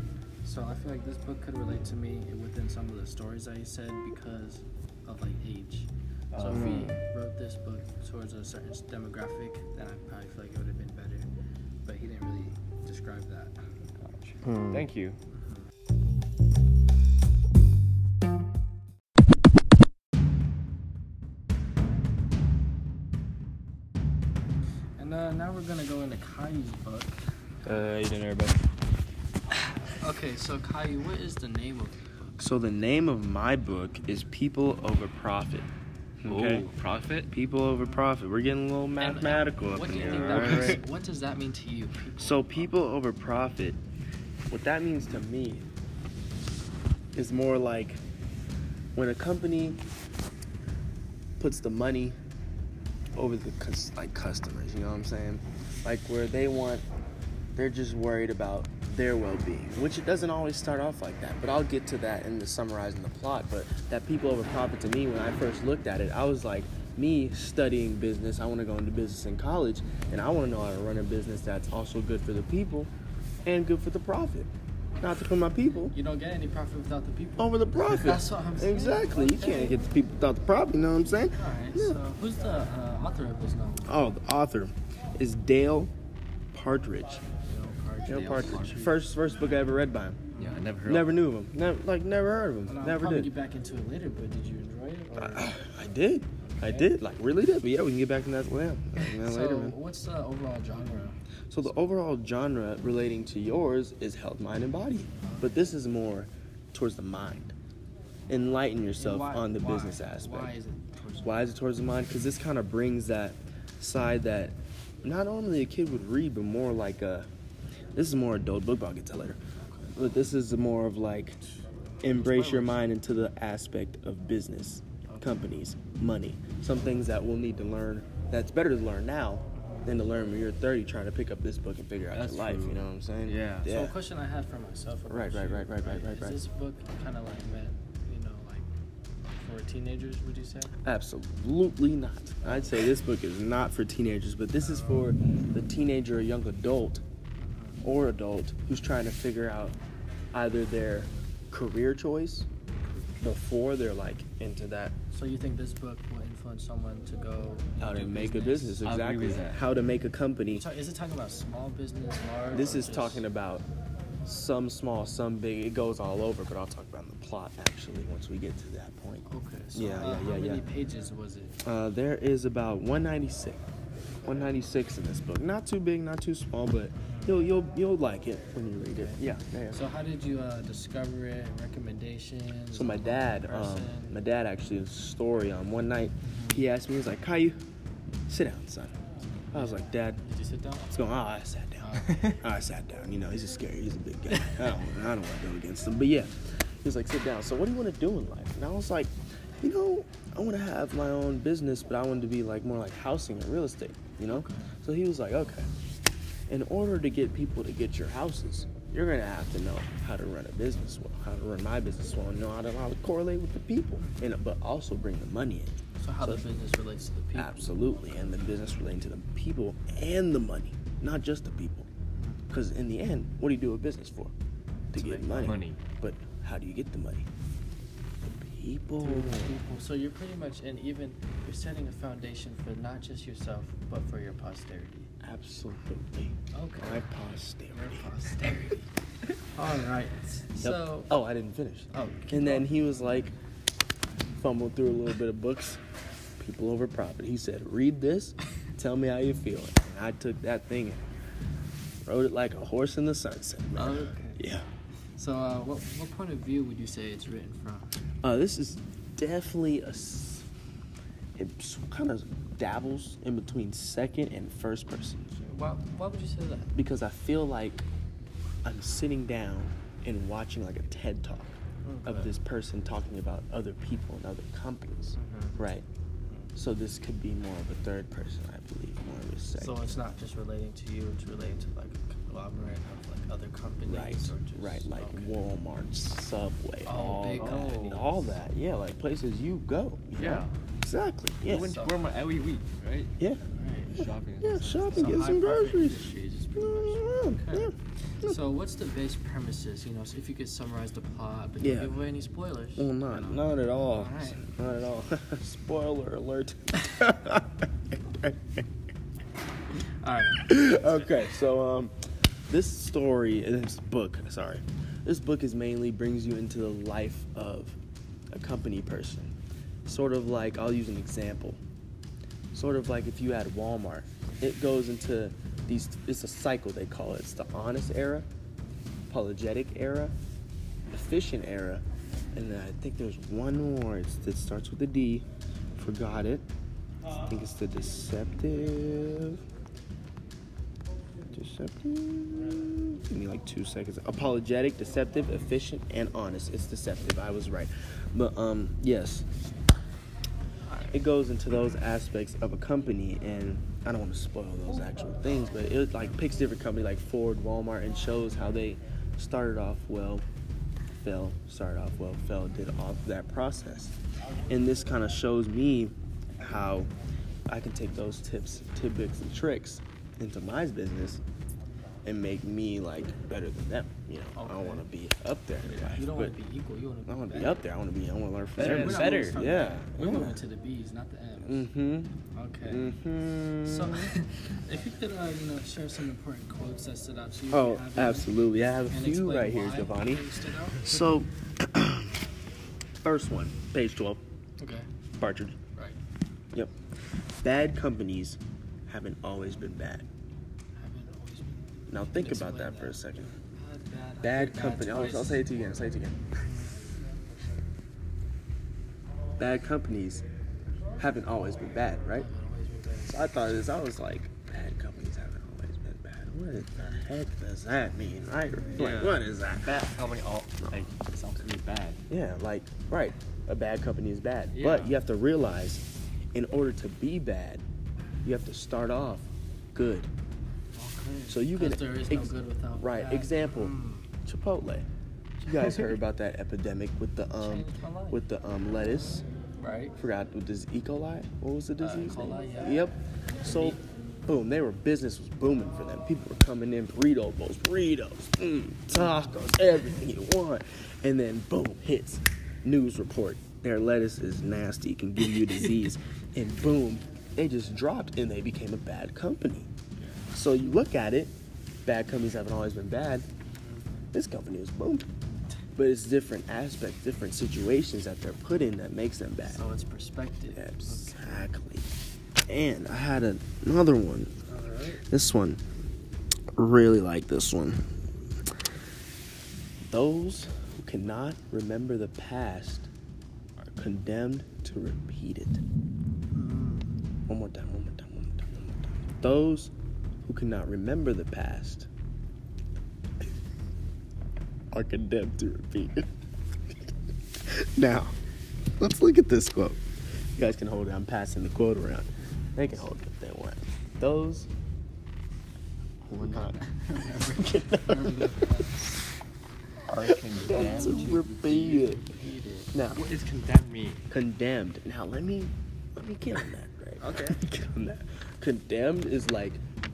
[SPEAKER 3] So I feel like this book could relate to me within some of the stories I said because of like age. So if we wrote this book towards a certain s- demographic, then I probably feel like it would have been better. But he didn't really describe that.
[SPEAKER 1] Hmm.
[SPEAKER 2] Thank you.
[SPEAKER 3] And uh, now we're gonna go into Caillou's book.
[SPEAKER 4] Uh, you didn't hear about
[SPEAKER 3] Okay, so Caillou, what is the name of
[SPEAKER 1] So the name of my book is People Over Profit. Okay.
[SPEAKER 2] Ooh, profit.
[SPEAKER 1] People over profit. We're getting a little
[SPEAKER 3] And, uh,
[SPEAKER 1] mathematical up
[SPEAKER 3] What
[SPEAKER 1] in
[SPEAKER 3] do you
[SPEAKER 1] here.
[SPEAKER 3] think
[SPEAKER 1] all
[SPEAKER 3] that
[SPEAKER 1] right?
[SPEAKER 3] means? What does that mean to you? People?
[SPEAKER 1] So people over profit, what that means to me is more like when a company puts the money over the cus- like customers, you know what I'm saying? Like where they want they're just worried about their well-being, which it doesn't always start off like that, but I'll get to that in the summarizing the plot, but that people over profit to me when I first looked at it, I was like me studying business, I want to go into business in college, and I want to know how to run a business that's also good for the people and good for the profit. Not to put my people
[SPEAKER 3] you don't get any profit without the people.
[SPEAKER 1] over the profit.
[SPEAKER 3] That's what I'm saying.
[SPEAKER 1] Exactly. You
[SPEAKER 3] Okay.
[SPEAKER 1] can't get the people without the profit, you know what I'm saying?
[SPEAKER 3] All right.
[SPEAKER 1] Yeah.
[SPEAKER 3] So who's the uh, author of this novel?
[SPEAKER 1] Oh, the author is Dale Partridge. Dale,
[SPEAKER 3] Dale
[SPEAKER 1] Partridge. First first book I ever read by him.
[SPEAKER 2] Yeah, I never heard.
[SPEAKER 1] Never knew of him. Never like never heard of him.
[SPEAKER 3] And I'll
[SPEAKER 1] never
[SPEAKER 3] probably
[SPEAKER 1] did.
[SPEAKER 3] get back into it later, but did you enjoy it? Or...
[SPEAKER 1] I did. I did. Like really did. But yeah, we can get back to that later.
[SPEAKER 3] so,
[SPEAKER 1] later man.
[SPEAKER 3] what's the overall genre?
[SPEAKER 1] So the overall genre relating to yours is health, mind, and body. But this is more towards the mind. Enlighten yourself
[SPEAKER 3] And why-
[SPEAKER 1] on the
[SPEAKER 3] why-
[SPEAKER 1] business aspect.
[SPEAKER 3] Why is it towards
[SPEAKER 1] Why is it towards the mind? Because this kind of brings that side that not only a kid would read, but more like a. This is more adult book, but I'll get to that later. But this is more of like embrace your mind into the aspect of business, companies, money. Some things that we'll need to learn. That's better to learn now than to learn when you're 30 trying to pick up this book and figure out
[SPEAKER 2] That's
[SPEAKER 1] your life.
[SPEAKER 2] true.
[SPEAKER 1] You know what I'm saying?
[SPEAKER 2] Yeah.
[SPEAKER 1] Yeah.
[SPEAKER 3] So, a question I had for myself. about
[SPEAKER 1] Right, right,
[SPEAKER 3] you,
[SPEAKER 1] right, right, right, right,
[SPEAKER 3] Is
[SPEAKER 1] right.
[SPEAKER 3] this book kind of like meant, you know, like for teenagers? Would you say?
[SPEAKER 1] Absolutely not. I'd say this book is not for teenagers, but this is for the teenager or young adult or adult who's trying to figure out either their career choice before they're like into that
[SPEAKER 3] So, you think this book will influence someone to go
[SPEAKER 1] how to
[SPEAKER 3] do
[SPEAKER 1] make a business
[SPEAKER 2] I agree
[SPEAKER 1] exactly
[SPEAKER 2] with that.
[SPEAKER 1] how to make a company
[SPEAKER 3] So is it talking about small business, large?
[SPEAKER 1] this
[SPEAKER 3] or
[SPEAKER 1] is
[SPEAKER 3] just-
[SPEAKER 1] talking about some small some big it goes all over but i'll talk about in the plot actually once we get to that point
[SPEAKER 3] Okay. So
[SPEAKER 1] Yeah,
[SPEAKER 3] uh,
[SPEAKER 1] yeah,
[SPEAKER 3] How
[SPEAKER 1] yeah,
[SPEAKER 3] many
[SPEAKER 1] yeah.
[SPEAKER 3] pages was it?
[SPEAKER 1] Uh, there is about 196, 196 in this book. Not too big, not too small, but you'll you'll you'll like it when you read it. Yeah. yeah, yeah.
[SPEAKER 3] So how did you uh, discover it? Recommendations?
[SPEAKER 1] So my dad, um,
[SPEAKER 3] Person?
[SPEAKER 1] my dad actually has a story. Um, one night, he asked me, he's like, "Caillou, sit down, son." I was like, "Dad,
[SPEAKER 3] Did you sit down?
[SPEAKER 1] what's going on?" "Oh, I sat down. I sat down. You know, he's a scary. He's a big guy. I don't, I don't want to go against him. But yeah, he's like, "Sit down." So what do you want to do in life? And I was like, "You know, I want to have my own business, but I wanted to be like more like housing and real estate. You know." So he was like, "Okay." in order to get people to get your houses, you're gonna have to know how to run a business well, how to run my business well, and know how to, how to correlate with the people, and but also bring the money in.
[SPEAKER 3] So how the business relates to the people?
[SPEAKER 1] Absolutely, and the business relating to the people and the money, not just the people.
[SPEAKER 3] Mm-hmm.
[SPEAKER 1] Because in the end, what do you do a business for? To, get money.
[SPEAKER 2] money.
[SPEAKER 1] But how do you get the money? The people.
[SPEAKER 3] Through the people. So you're pretty much, and even you're setting a foundation for not just yourself, but for your posterity.
[SPEAKER 1] Absolutely.
[SPEAKER 3] Okay.
[SPEAKER 1] My posterity.
[SPEAKER 3] Your posterity. All right.
[SPEAKER 1] Yep.
[SPEAKER 3] So.
[SPEAKER 1] oh, I didn't finish.
[SPEAKER 3] Oh,
[SPEAKER 1] And then he was like, fumbled through a little bit of books. People over profit. He said, read this, tell me how you feel. And I took that thing and rode it like a horse in the sunset, man.
[SPEAKER 3] Okay.
[SPEAKER 1] Yeah.
[SPEAKER 3] So uh, what what point of view would you say it's written from?
[SPEAKER 1] Uh, this is definitely a. s- It kind of dabbles in between second and first person
[SPEAKER 3] Why why would you say that?
[SPEAKER 1] because I feel like I'm sitting down and watching like a TED talk of
[SPEAKER 3] Okay.
[SPEAKER 1] this person talking about other people and other companies.
[SPEAKER 3] Mhm.
[SPEAKER 1] Right. So this could be more of a third person, I believe, more of a second.
[SPEAKER 3] So it's not just relating to you; it's relating to like a conglomerate of like other companies,
[SPEAKER 1] right,
[SPEAKER 3] Or just,
[SPEAKER 1] right, like
[SPEAKER 3] okay.
[SPEAKER 1] Walmart, Subway,
[SPEAKER 3] Oh,
[SPEAKER 1] all
[SPEAKER 3] big
[SPEAKER 1] that,
[SPEAKER 2] companies.
[SPEAKER 1] all that, yeah, like places you go. you know?
[SPEAKER 2] Yeah.
[SPEAKER 1] exactly.
[SPEAKER 2] We
[SPEAKER 1] Yes.
[SPEAKER 2] went to Walmart every week, right?
[SPEAKER 1] Yeah,
[SPEAKER 3] Right.
[SPEAKER 2] Shopping.
[SPEAKER 1] yeah. Shop and get
[SPEAKER 3] high
[SPEAKER 1] some
[SPEAKER 3] profit
[SPEAKER 1] groceries.
[SPEAKER 3] industries is pretty much
[SPEAKER 1] yeah. Hmm.
[SPEAKER 3] So what's the base premises? You know, so if you could summarize the plot, but
[SPEAKER 1] Yeah.
[SPEAKER 3] don't give away any spoilers.
[SPEAKER 1] Well, not not at all.
[SPEAKER 3] Alright.
[SPEAKER 1] Not at all. Spoiler alert.
[SPEAKER 3] All right.
[SPEAKER 1] okay, so um, this story, this book, sorry, this book is mainly brings you into the life of a company person. Sort of like I'll use an example. Sort of like if you had Walmart, it goes into these. It's a cycle they call it. It's the honest era, apologetic era, efficient era, and then I think there's one more. It's, it starts with a D. Forgot it. I think it's the deceptive. Deceptive. Give me like two seconds. Apologetic, deceptive, efficient, and honest. It's deceptive. I was right. But um, yes, it goes into those aspects of a company, and I don't want to spoil those actual things, but it like picks different company like Ford, Walmart, and shows how they started off well, fell, started off well, fell, did all that process, and this kind of shows me how I can take those tips, tidbits, and tricks into my business and make me like better than them. You know, I don't want to be up there. In life,
[SPEAKER 3] You don't
[SPEAKER 1] but
[SPEAKER 3] want to be equal. You want to be.
[SPEAKER 1] I want to be
[SPEAKER 3] better.
[SPEAKER 1] up there. I want to be. I want to learn from
[SPEAKER 4] Better
[SPEAKER 1] everyone.
[SPEAKER 4] than
[SPEAKER 3] We're not
[SPEAKER 4] better.
[SPEAKER 3] moving from-
[SPEAKER 1] Yeah.
[SPEAKER 3] We're moving to the B's, not the M's.
[SPEAKER 1] Mm-hmm.
[SPEAKER 3] Okay.
[SPEAKER 1] Mm-hmm.
[SPEAKER 3] So, if you could, uh, you know, share some important quotes that stood out to you. if you
[SPEAKER 1] oh,
[SPEAKER 3] have any,
[SPEAKER 1] absolutely. I have
[SPEAKER 3] and
[SPEAKER 1] a few
[SPEAKER 3] explain
[SPEAKER 1] right here,
[SPEAKER 3] why
[SPEAKER 1] Giovanni.
[SPEAKER 3] they stood out.
[SPEAKER 1] So, first one, page 12,
[SPEAKER 3] Okay.
[SPEAKER 1] Partridge.
[SPEAKER 3] Right.
[SPEAKER 1] Yep. Bad companies haven't always been bad.
[SPEAKER 3] Haven't always been
[SPEAKER 1] Now, think about
[SPEAKER 3] Explain
[SPEAKER 1] that for a
[SPEAKER 3] that.
[SPEAKER 1] second.
[SPEAKER 3] bad. Bad.
[SPEAKER 1] Bad company. I'll, I'll say it to you again. I'll say it to you again. Bad companies haven't always been bad, right? So I thought this. I was like, bad companies haven't always been bad. What the heck does that mean, right? Like,
[SPEAKER 2] Yeah.
[SPEAKER 1] what is that?
[SPEAKER 2] Bad company, all like it's absolutely bad.
[SPEAKER 1] Yeah, like, right. A bad company is bad.
[SPEAKER 2] Yeah.
[SPEAKER 1] But you have to realize, in order to be bad, you have to start off good. So you can.
[SPEAKER 3] there is
[SPEAKER 1] ex-
[SPEAKER 3] no good without
[SPEAKER 1] Right,
[SPEAKER 3] bad.
[SPEAKER 1] example
[SPEAKER 3] Mm.
[SPEAKER 1] Chipotle. You guys heard about that epidemic with the um,
[SPEAKER 3] Changed my life.
[SPEAKER 1] with the um, lettuce.
[SPEAKER 3] Right.
[SPEAKER 1] Forgot with this E. coli. What was the disease?
[SPEAKER 3] E. coli,
[SPEAKER 1] name?
[SPEAKER 3] yeah.
[SPEAKER 1] Yep. So, boom. They were business was booming for them. People were coming in burrito bowls, burritos, mm, tacos, everything you want. And then boom hits news report. Their lettuce is nasty, can give you disease. and boom, they just dropped and they became a bad company. So you look at it, bad companies haven't always been bad. This company was booming. But it's different aspects, different situations that they're put in that makes them bad.
[SPEAKER 3] So it's perspective.
[SPEAKER 1] Exactly. And I had an- another one. This one. Really like this one. Those who cannot remember the past are condemned to repeat it. One more time, one more time, one more time, one more time. Those who cannot remember the past are condemned to repeat it. now, let's look at this quote. You guys can hold it. I'm passing the quote around. They can hold it if they want. Those who are not
[SPEAKER 3] Remember that.
[SPEAKER 4] Are
[SPEAKER 1] condemned
[SPEAKER 4] condemned.
[SPEAKER 1] to repeat it. Now,
[SPEAKER 2] What is condemn me?
[SPEAKER 1] condemned. Now let me let me get on that. Right?
[SPEAKER 2] Okay.
[SPEAKER 1] Let me get on that. Condemned is like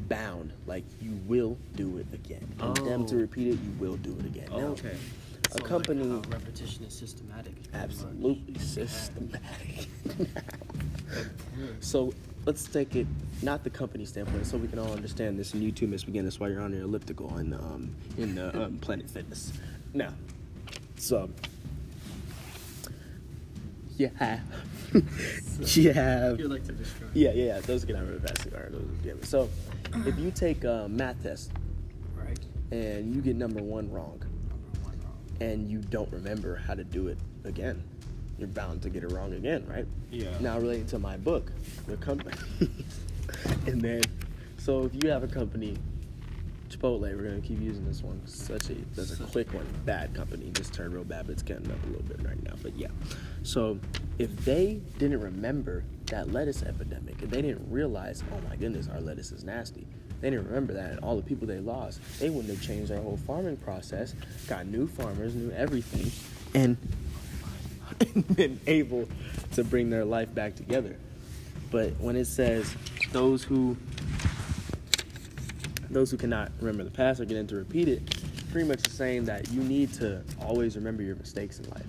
[SPEAKER 1] bound, like you will do it again. Condemned to
[SPEAKER 2] Oh.
[SPEAKER 1] repeat it, you will do it again. Now,
[SPEAKER 2] okay.
[SPEAKER 1] A
[SPEAKER 3] So like
[SPEAKER 1] company.
[SPEAKER 3] how repetition is systematic. pretty much.
[SPEAKER 1] Absolutely systematic. so let's take it not the company standpoint, so we can all understand this, and you too, Miss McGinnis, while you're on your elliptical in um, in the um, Planet Fitness. Now, so yeah, you have
[SPEAKER 3] You like to describe.
[SPEAKER 1] yeah, yeah, yeah. Those get out really fast. All right, those get it. So if you take a math test
[SPEAKER 3] Right.
[SPEAKER 1] and you get number one wrong,
[SPEAKER 3] Number one wrong.
[SPEAKER 1] and you don't remember how to do it again, you're bound to get it wrong again, right?
[SPEAKER 4] Yeah.
[SPEAKER 1] Now relating to my book, the company, and then, so if you have a company, Chipotle, we're gonna keep using this one. Such a that's a
[SPEAKER 3] Such a-
[SPEAKER 1] quick one. Bad company just turned real bad, but it's getting up a little bit right now. But yeah, so if they didn't remember that lettuce epidemic, if they didn't realize, oh my goodness, our lettuce is nasty. They didn't remember that, and all the people they lost, they wouldn't have changed their whole farming process. Got new farmers, new everything, and been able to bring their life back together. But when it says those who those who cannot remember the past or get into repeat it, pretty much is saying that you need to always remember your mistakes in life,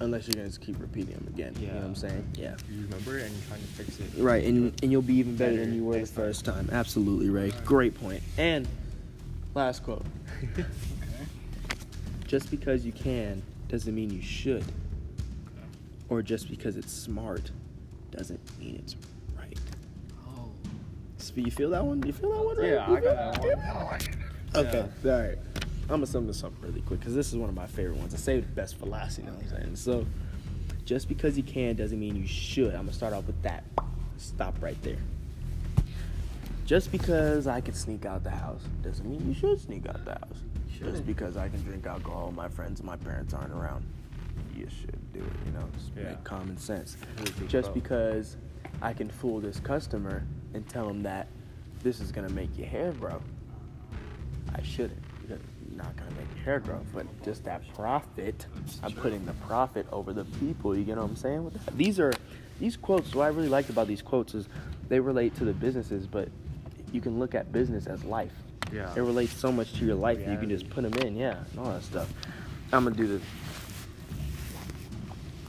[SPEAKER 1] unless you're gonna just keep repeating them again. You know what
[SPEAKER 2] Yeah.
[SPEAKER 1] I'm saying? Yeah.
[SPEAKER 2] You remember it and you're trying to fix it.
[SPEAKER 1] Right, and, and you'll be even better than
[SPEAKER 2] Better
[SPEAKER 1] you were the
[SPEAKER 2] next time.
[SPEAKER 1] first time. Absolutely, Ray. Great point. And last quote.
[SPEAKER 3] Okay.
[SPEAKER 1] Just because you can doesn't mean you should. Or just because it's smart doesn't mean it's right.
[SPEAKER 3] Oh.
[SPEAKER 1] So you feel that one? You feel that one? Ray?
[SPEAKER 2] Yeah,
[SPEAKER 1] You
[SPEAKER 2] Oh, I
[SPEAKER 1] feel
[SPEAKER 2] got that one.
[SPEAKER 1] Okay, all right. I'm gonna sum this up really quick because this is one of my favorite ones. I saved the best for last, you know what I'm saying? So, just because you can doesn't mean you should. I'm gonna start off with that. Stop right there. Just because I can sneak out the house doesn't mean you should sneak out the house. Just
[SPEAKER 3] Shouldn't.
[SPEAKER 1] because I can drink alcohol, when my friends and my parents aren't around, you should do it. You know, just
[SPEAKER 2] Yeah.
[SPEAKER 1] make common sense.
[SPEAKER 2] Completely
[SPEAKER 1] Just
[SPEAKER 2] pro.
[SPEAKER 1] because I can fool this customer and tell him that this is gonna make your hair grow, I shouldn't. because you're not gonna make your hair grow, but just that profit. I'm putting the profit over the people. You get what I'm saying? With that? These are these quotes. What I really liked about these quotes is they relate to the businesses, but you can look at business as life.
[SPEAKER 2] Yeah.
[SPEAKER 1] It relates so much to your life. that You can just
[SPEAKER 2] Reality.
[SPEAKER 1] put them in, yeah, and all that stuff. I'm gonna do this.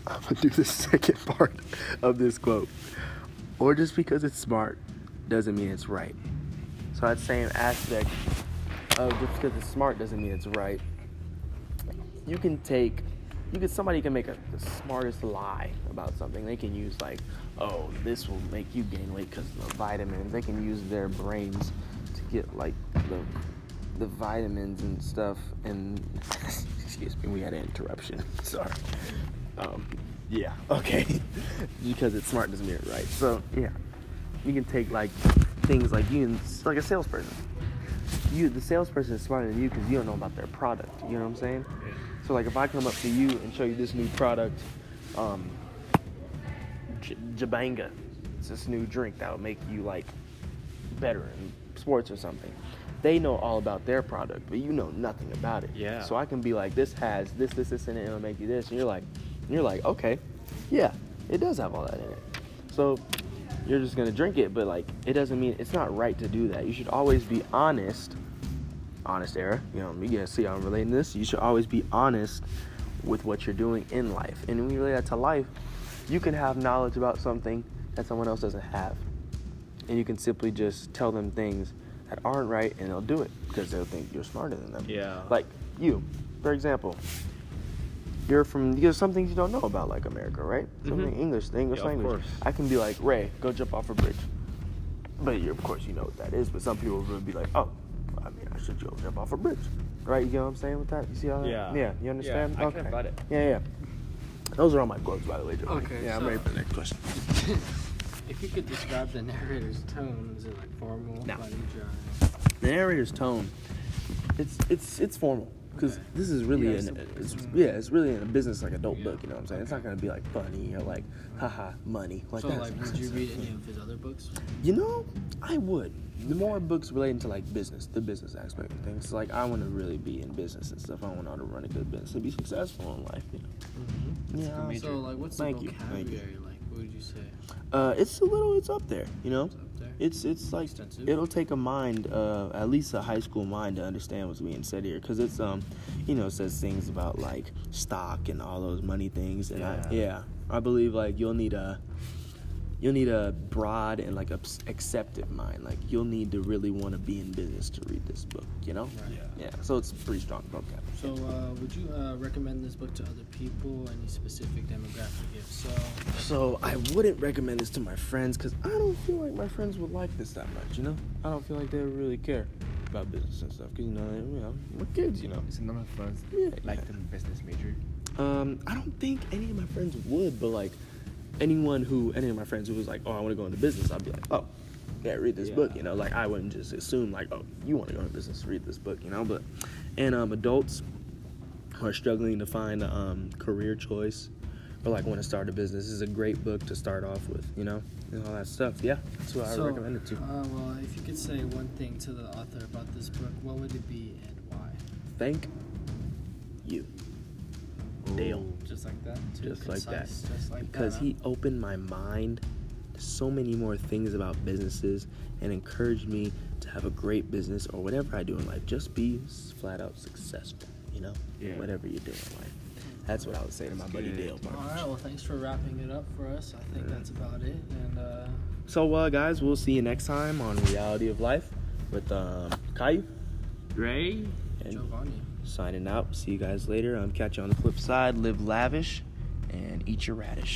[SPEAKER 1] I'm gonna do the second part of this quote. Or just because it's smart doesn't mean it's right. So that same aspect of just because it's smart doesn't mean it's right. You can take, you could somebody can make a, the smartest lie about something. They can use like, oh, this will make you gain weight because of the vitamins. They can use their brains to get like the the vitamins and stuff. And excuse me, we had an interruption. Sorry. Um, yeah. Okay. because it's smart doesn't mean it's right. So yeah, you can take like things like you can like a salesperson you the salesperson is smarter than you because you don't know about their product you know what i'm saying so like if i come up to you and show you this new product um J- jabanga it's this new drink that will make you like better in sports or something they know all about their product but you know nothing about it
[SPEAKER 2] Yeah.
[SPEAKER 1] so i can be like this has this this this in it and it'll make you this and you're like and you're like okay yeah it does have all that in it so you're just gonna drink it but like it doesn't mean it's not right to do that you should always be honest honest error. You know, you guys see how I'm relating this. You should always be honest with what you're doing in life. And when you relate that to life, you can have knowledge about something that someone else doesn't have. And you can simply just tell them things that aren't right and they'll do it because they'll think you're smarter than them.
[SPEAKER 2] Yeah.
[SPEAKER 1] Like you, for example. You're from there's some things you don't know about like America, right? Something English, the English
[SPEAKER 2] Mm-hmm. Yeah, of
[SPEAKER 1] language.
[SPEAKER 2] course.
[SPEAKER 1] I can be like, Ray, go jump off a bridge. But you, of course, you know what that is. But some people would be like, oh, I mean, I should go jump off a bridge, right? You know what I'm saying with that? You see how? that-
[SPEAKER 2] Yeah.
[SPEAKER 1] Yeah. You understand?
[SPEAKER 2] I kinda got it.
[SPEAKER 1] Yeah, yeah. Those are all my quotes, by the way, Joey.
[SPEAKER 3] Okay,
[SPEAKER 1] Yeah, I'm
[SPEAKER 3] so-
[SPEAKER 1] ready for the next question.
[SPEAKER 3] if you could describe the narrator's tone, is it like formal,
[SPEAKER 1] No.
[SPEAKER 3] funny, dry?
[SPEAKER 1] The narrator's tone, it's it's it's formal because
[SPEAKER 3] Okay.
[SPEAKER 1] this is really
[SPEAKER 3] Yeah,
[SPEAKER 1] an
[SPEAKER 3] it's
[SPEAKER 1] it's,
[SPEAKER 3] a-
[SPEAKER 1] yeah it's really in a business like adult
[SPEAKER 3] Yeah.
[SPEAKER 1] book. You know what I'm saying? It's not gonna be like funny or like haha money like
[SPEAKER 3] so
[SPEAKER 1] that.
[SPEAKER 3] like, would you read any of his other books?
[SPEAKER 1] You know, I would. The more books relating to like business, the business aspect of things. Like I want to really be in business and stuff. I want to run a good business to be successful in life. You know. Yeah.
[SPEAKER 2] major-
[SPEAKER 3] So like, what's
[SPEAKER 1] Mm-hmm. Thank
[SPEAKER 3] the
[SPEAKER 1] you, thank you.
[SPEAKER 3] vocabulary like? What would you say?
[SPEAKER 1] Uh, it's a little. It's up there. You know.
[SPEAKER 3] It's up there.
[SPEAKER 1] It's it's like
[SPEAKER 3] Extensive.
[SPEAKER 1] it'll take a mind, uh, at least a high school mind, to understand what's being said here, because it's um, you know, it says things about like stock and all those money things, and I
[SPEAKER 2] Yeah.
[SPEAKER 1] yeah, I believe like you'll need a you'll need a broad and like a s- acceptive mind, like you'll need to really want to be in business to read this book, you know?
[SPEAKER 3] Right.
[SPEAKER 1] Yeah, so it's pretty strong vocab.
[SPEAKER 3] So, uh, would you uh, recommend this book to other people? Any specific demographic? If so,
[SPEAKER 1] So I wouldn't recommend this to my friends because I don't feel like my friends would like this that much. You know, I don't feel like they would really care about business and stuff because you know, you know, we're kids. You know,
[SPEAKER 2] It's none of friends
[SPEAKER 1] Yeah.
[SPEAKER 2] like the business major.
[SPEAKER 1] um, I don't think any of my friends would, but like anyone who, any of my friends who was like, oh, I want to go into business, I'd be like, oh, yeah, read this book.
[SPEAKER 2] Yeah.
[SPEAKER 1] You know, like I wouldn't just assume like, oh, you want to go into business, read this book. You know, but and um, adults who are struggling to find a um, career choice or like want to start a business this is a great book to start off with. You know, and all that stuff. Yeah, that's what I
[SPEAKER 3] So,
[SPEAKER 1] would recommend it to.
[SPEAKER 3] Uh, well, if you could say one thing to the author about this book, what would it be and why?
[SPEAKER 1] Thank you. Dale.
[SPEAKER 3] Just like that. Too
[SPEAKER 1] Just like that.
[SPEAKER 3] concise, Just like
[SPEAKER 1] because
[SPEAKER 3] that.
[SPEAKER 1] he opened my mind to so many more things about businesses and encouraged me to have a great business or whatever I do in life. Just be s- flat out successful, you know?
[SPEAKER 2] Yeah.
[SPEAKER 1] Whatever you do in life. That's what I would say to my buddy
[SPEAKER 2] good.
[SPEAKER 1] Dale
[SPEAKER 3] All
[SPEAKER 1] Martin.
[SPEAKER 3] right. Well, thanks for wrapping it up for us. I think that's about it. And uh,
[SPEAKER 1] So, uh, guys, we'll see you next time on Reality of Life with um, Caillou.
[SPEAKER 2] Ray?
[SPEAKER 1] And
[SPEAKER 3] Giovanni.
[SPEAKER 1] signing out. See you guys later. Um, catch you on the flip side. Live lavish and eat your radish.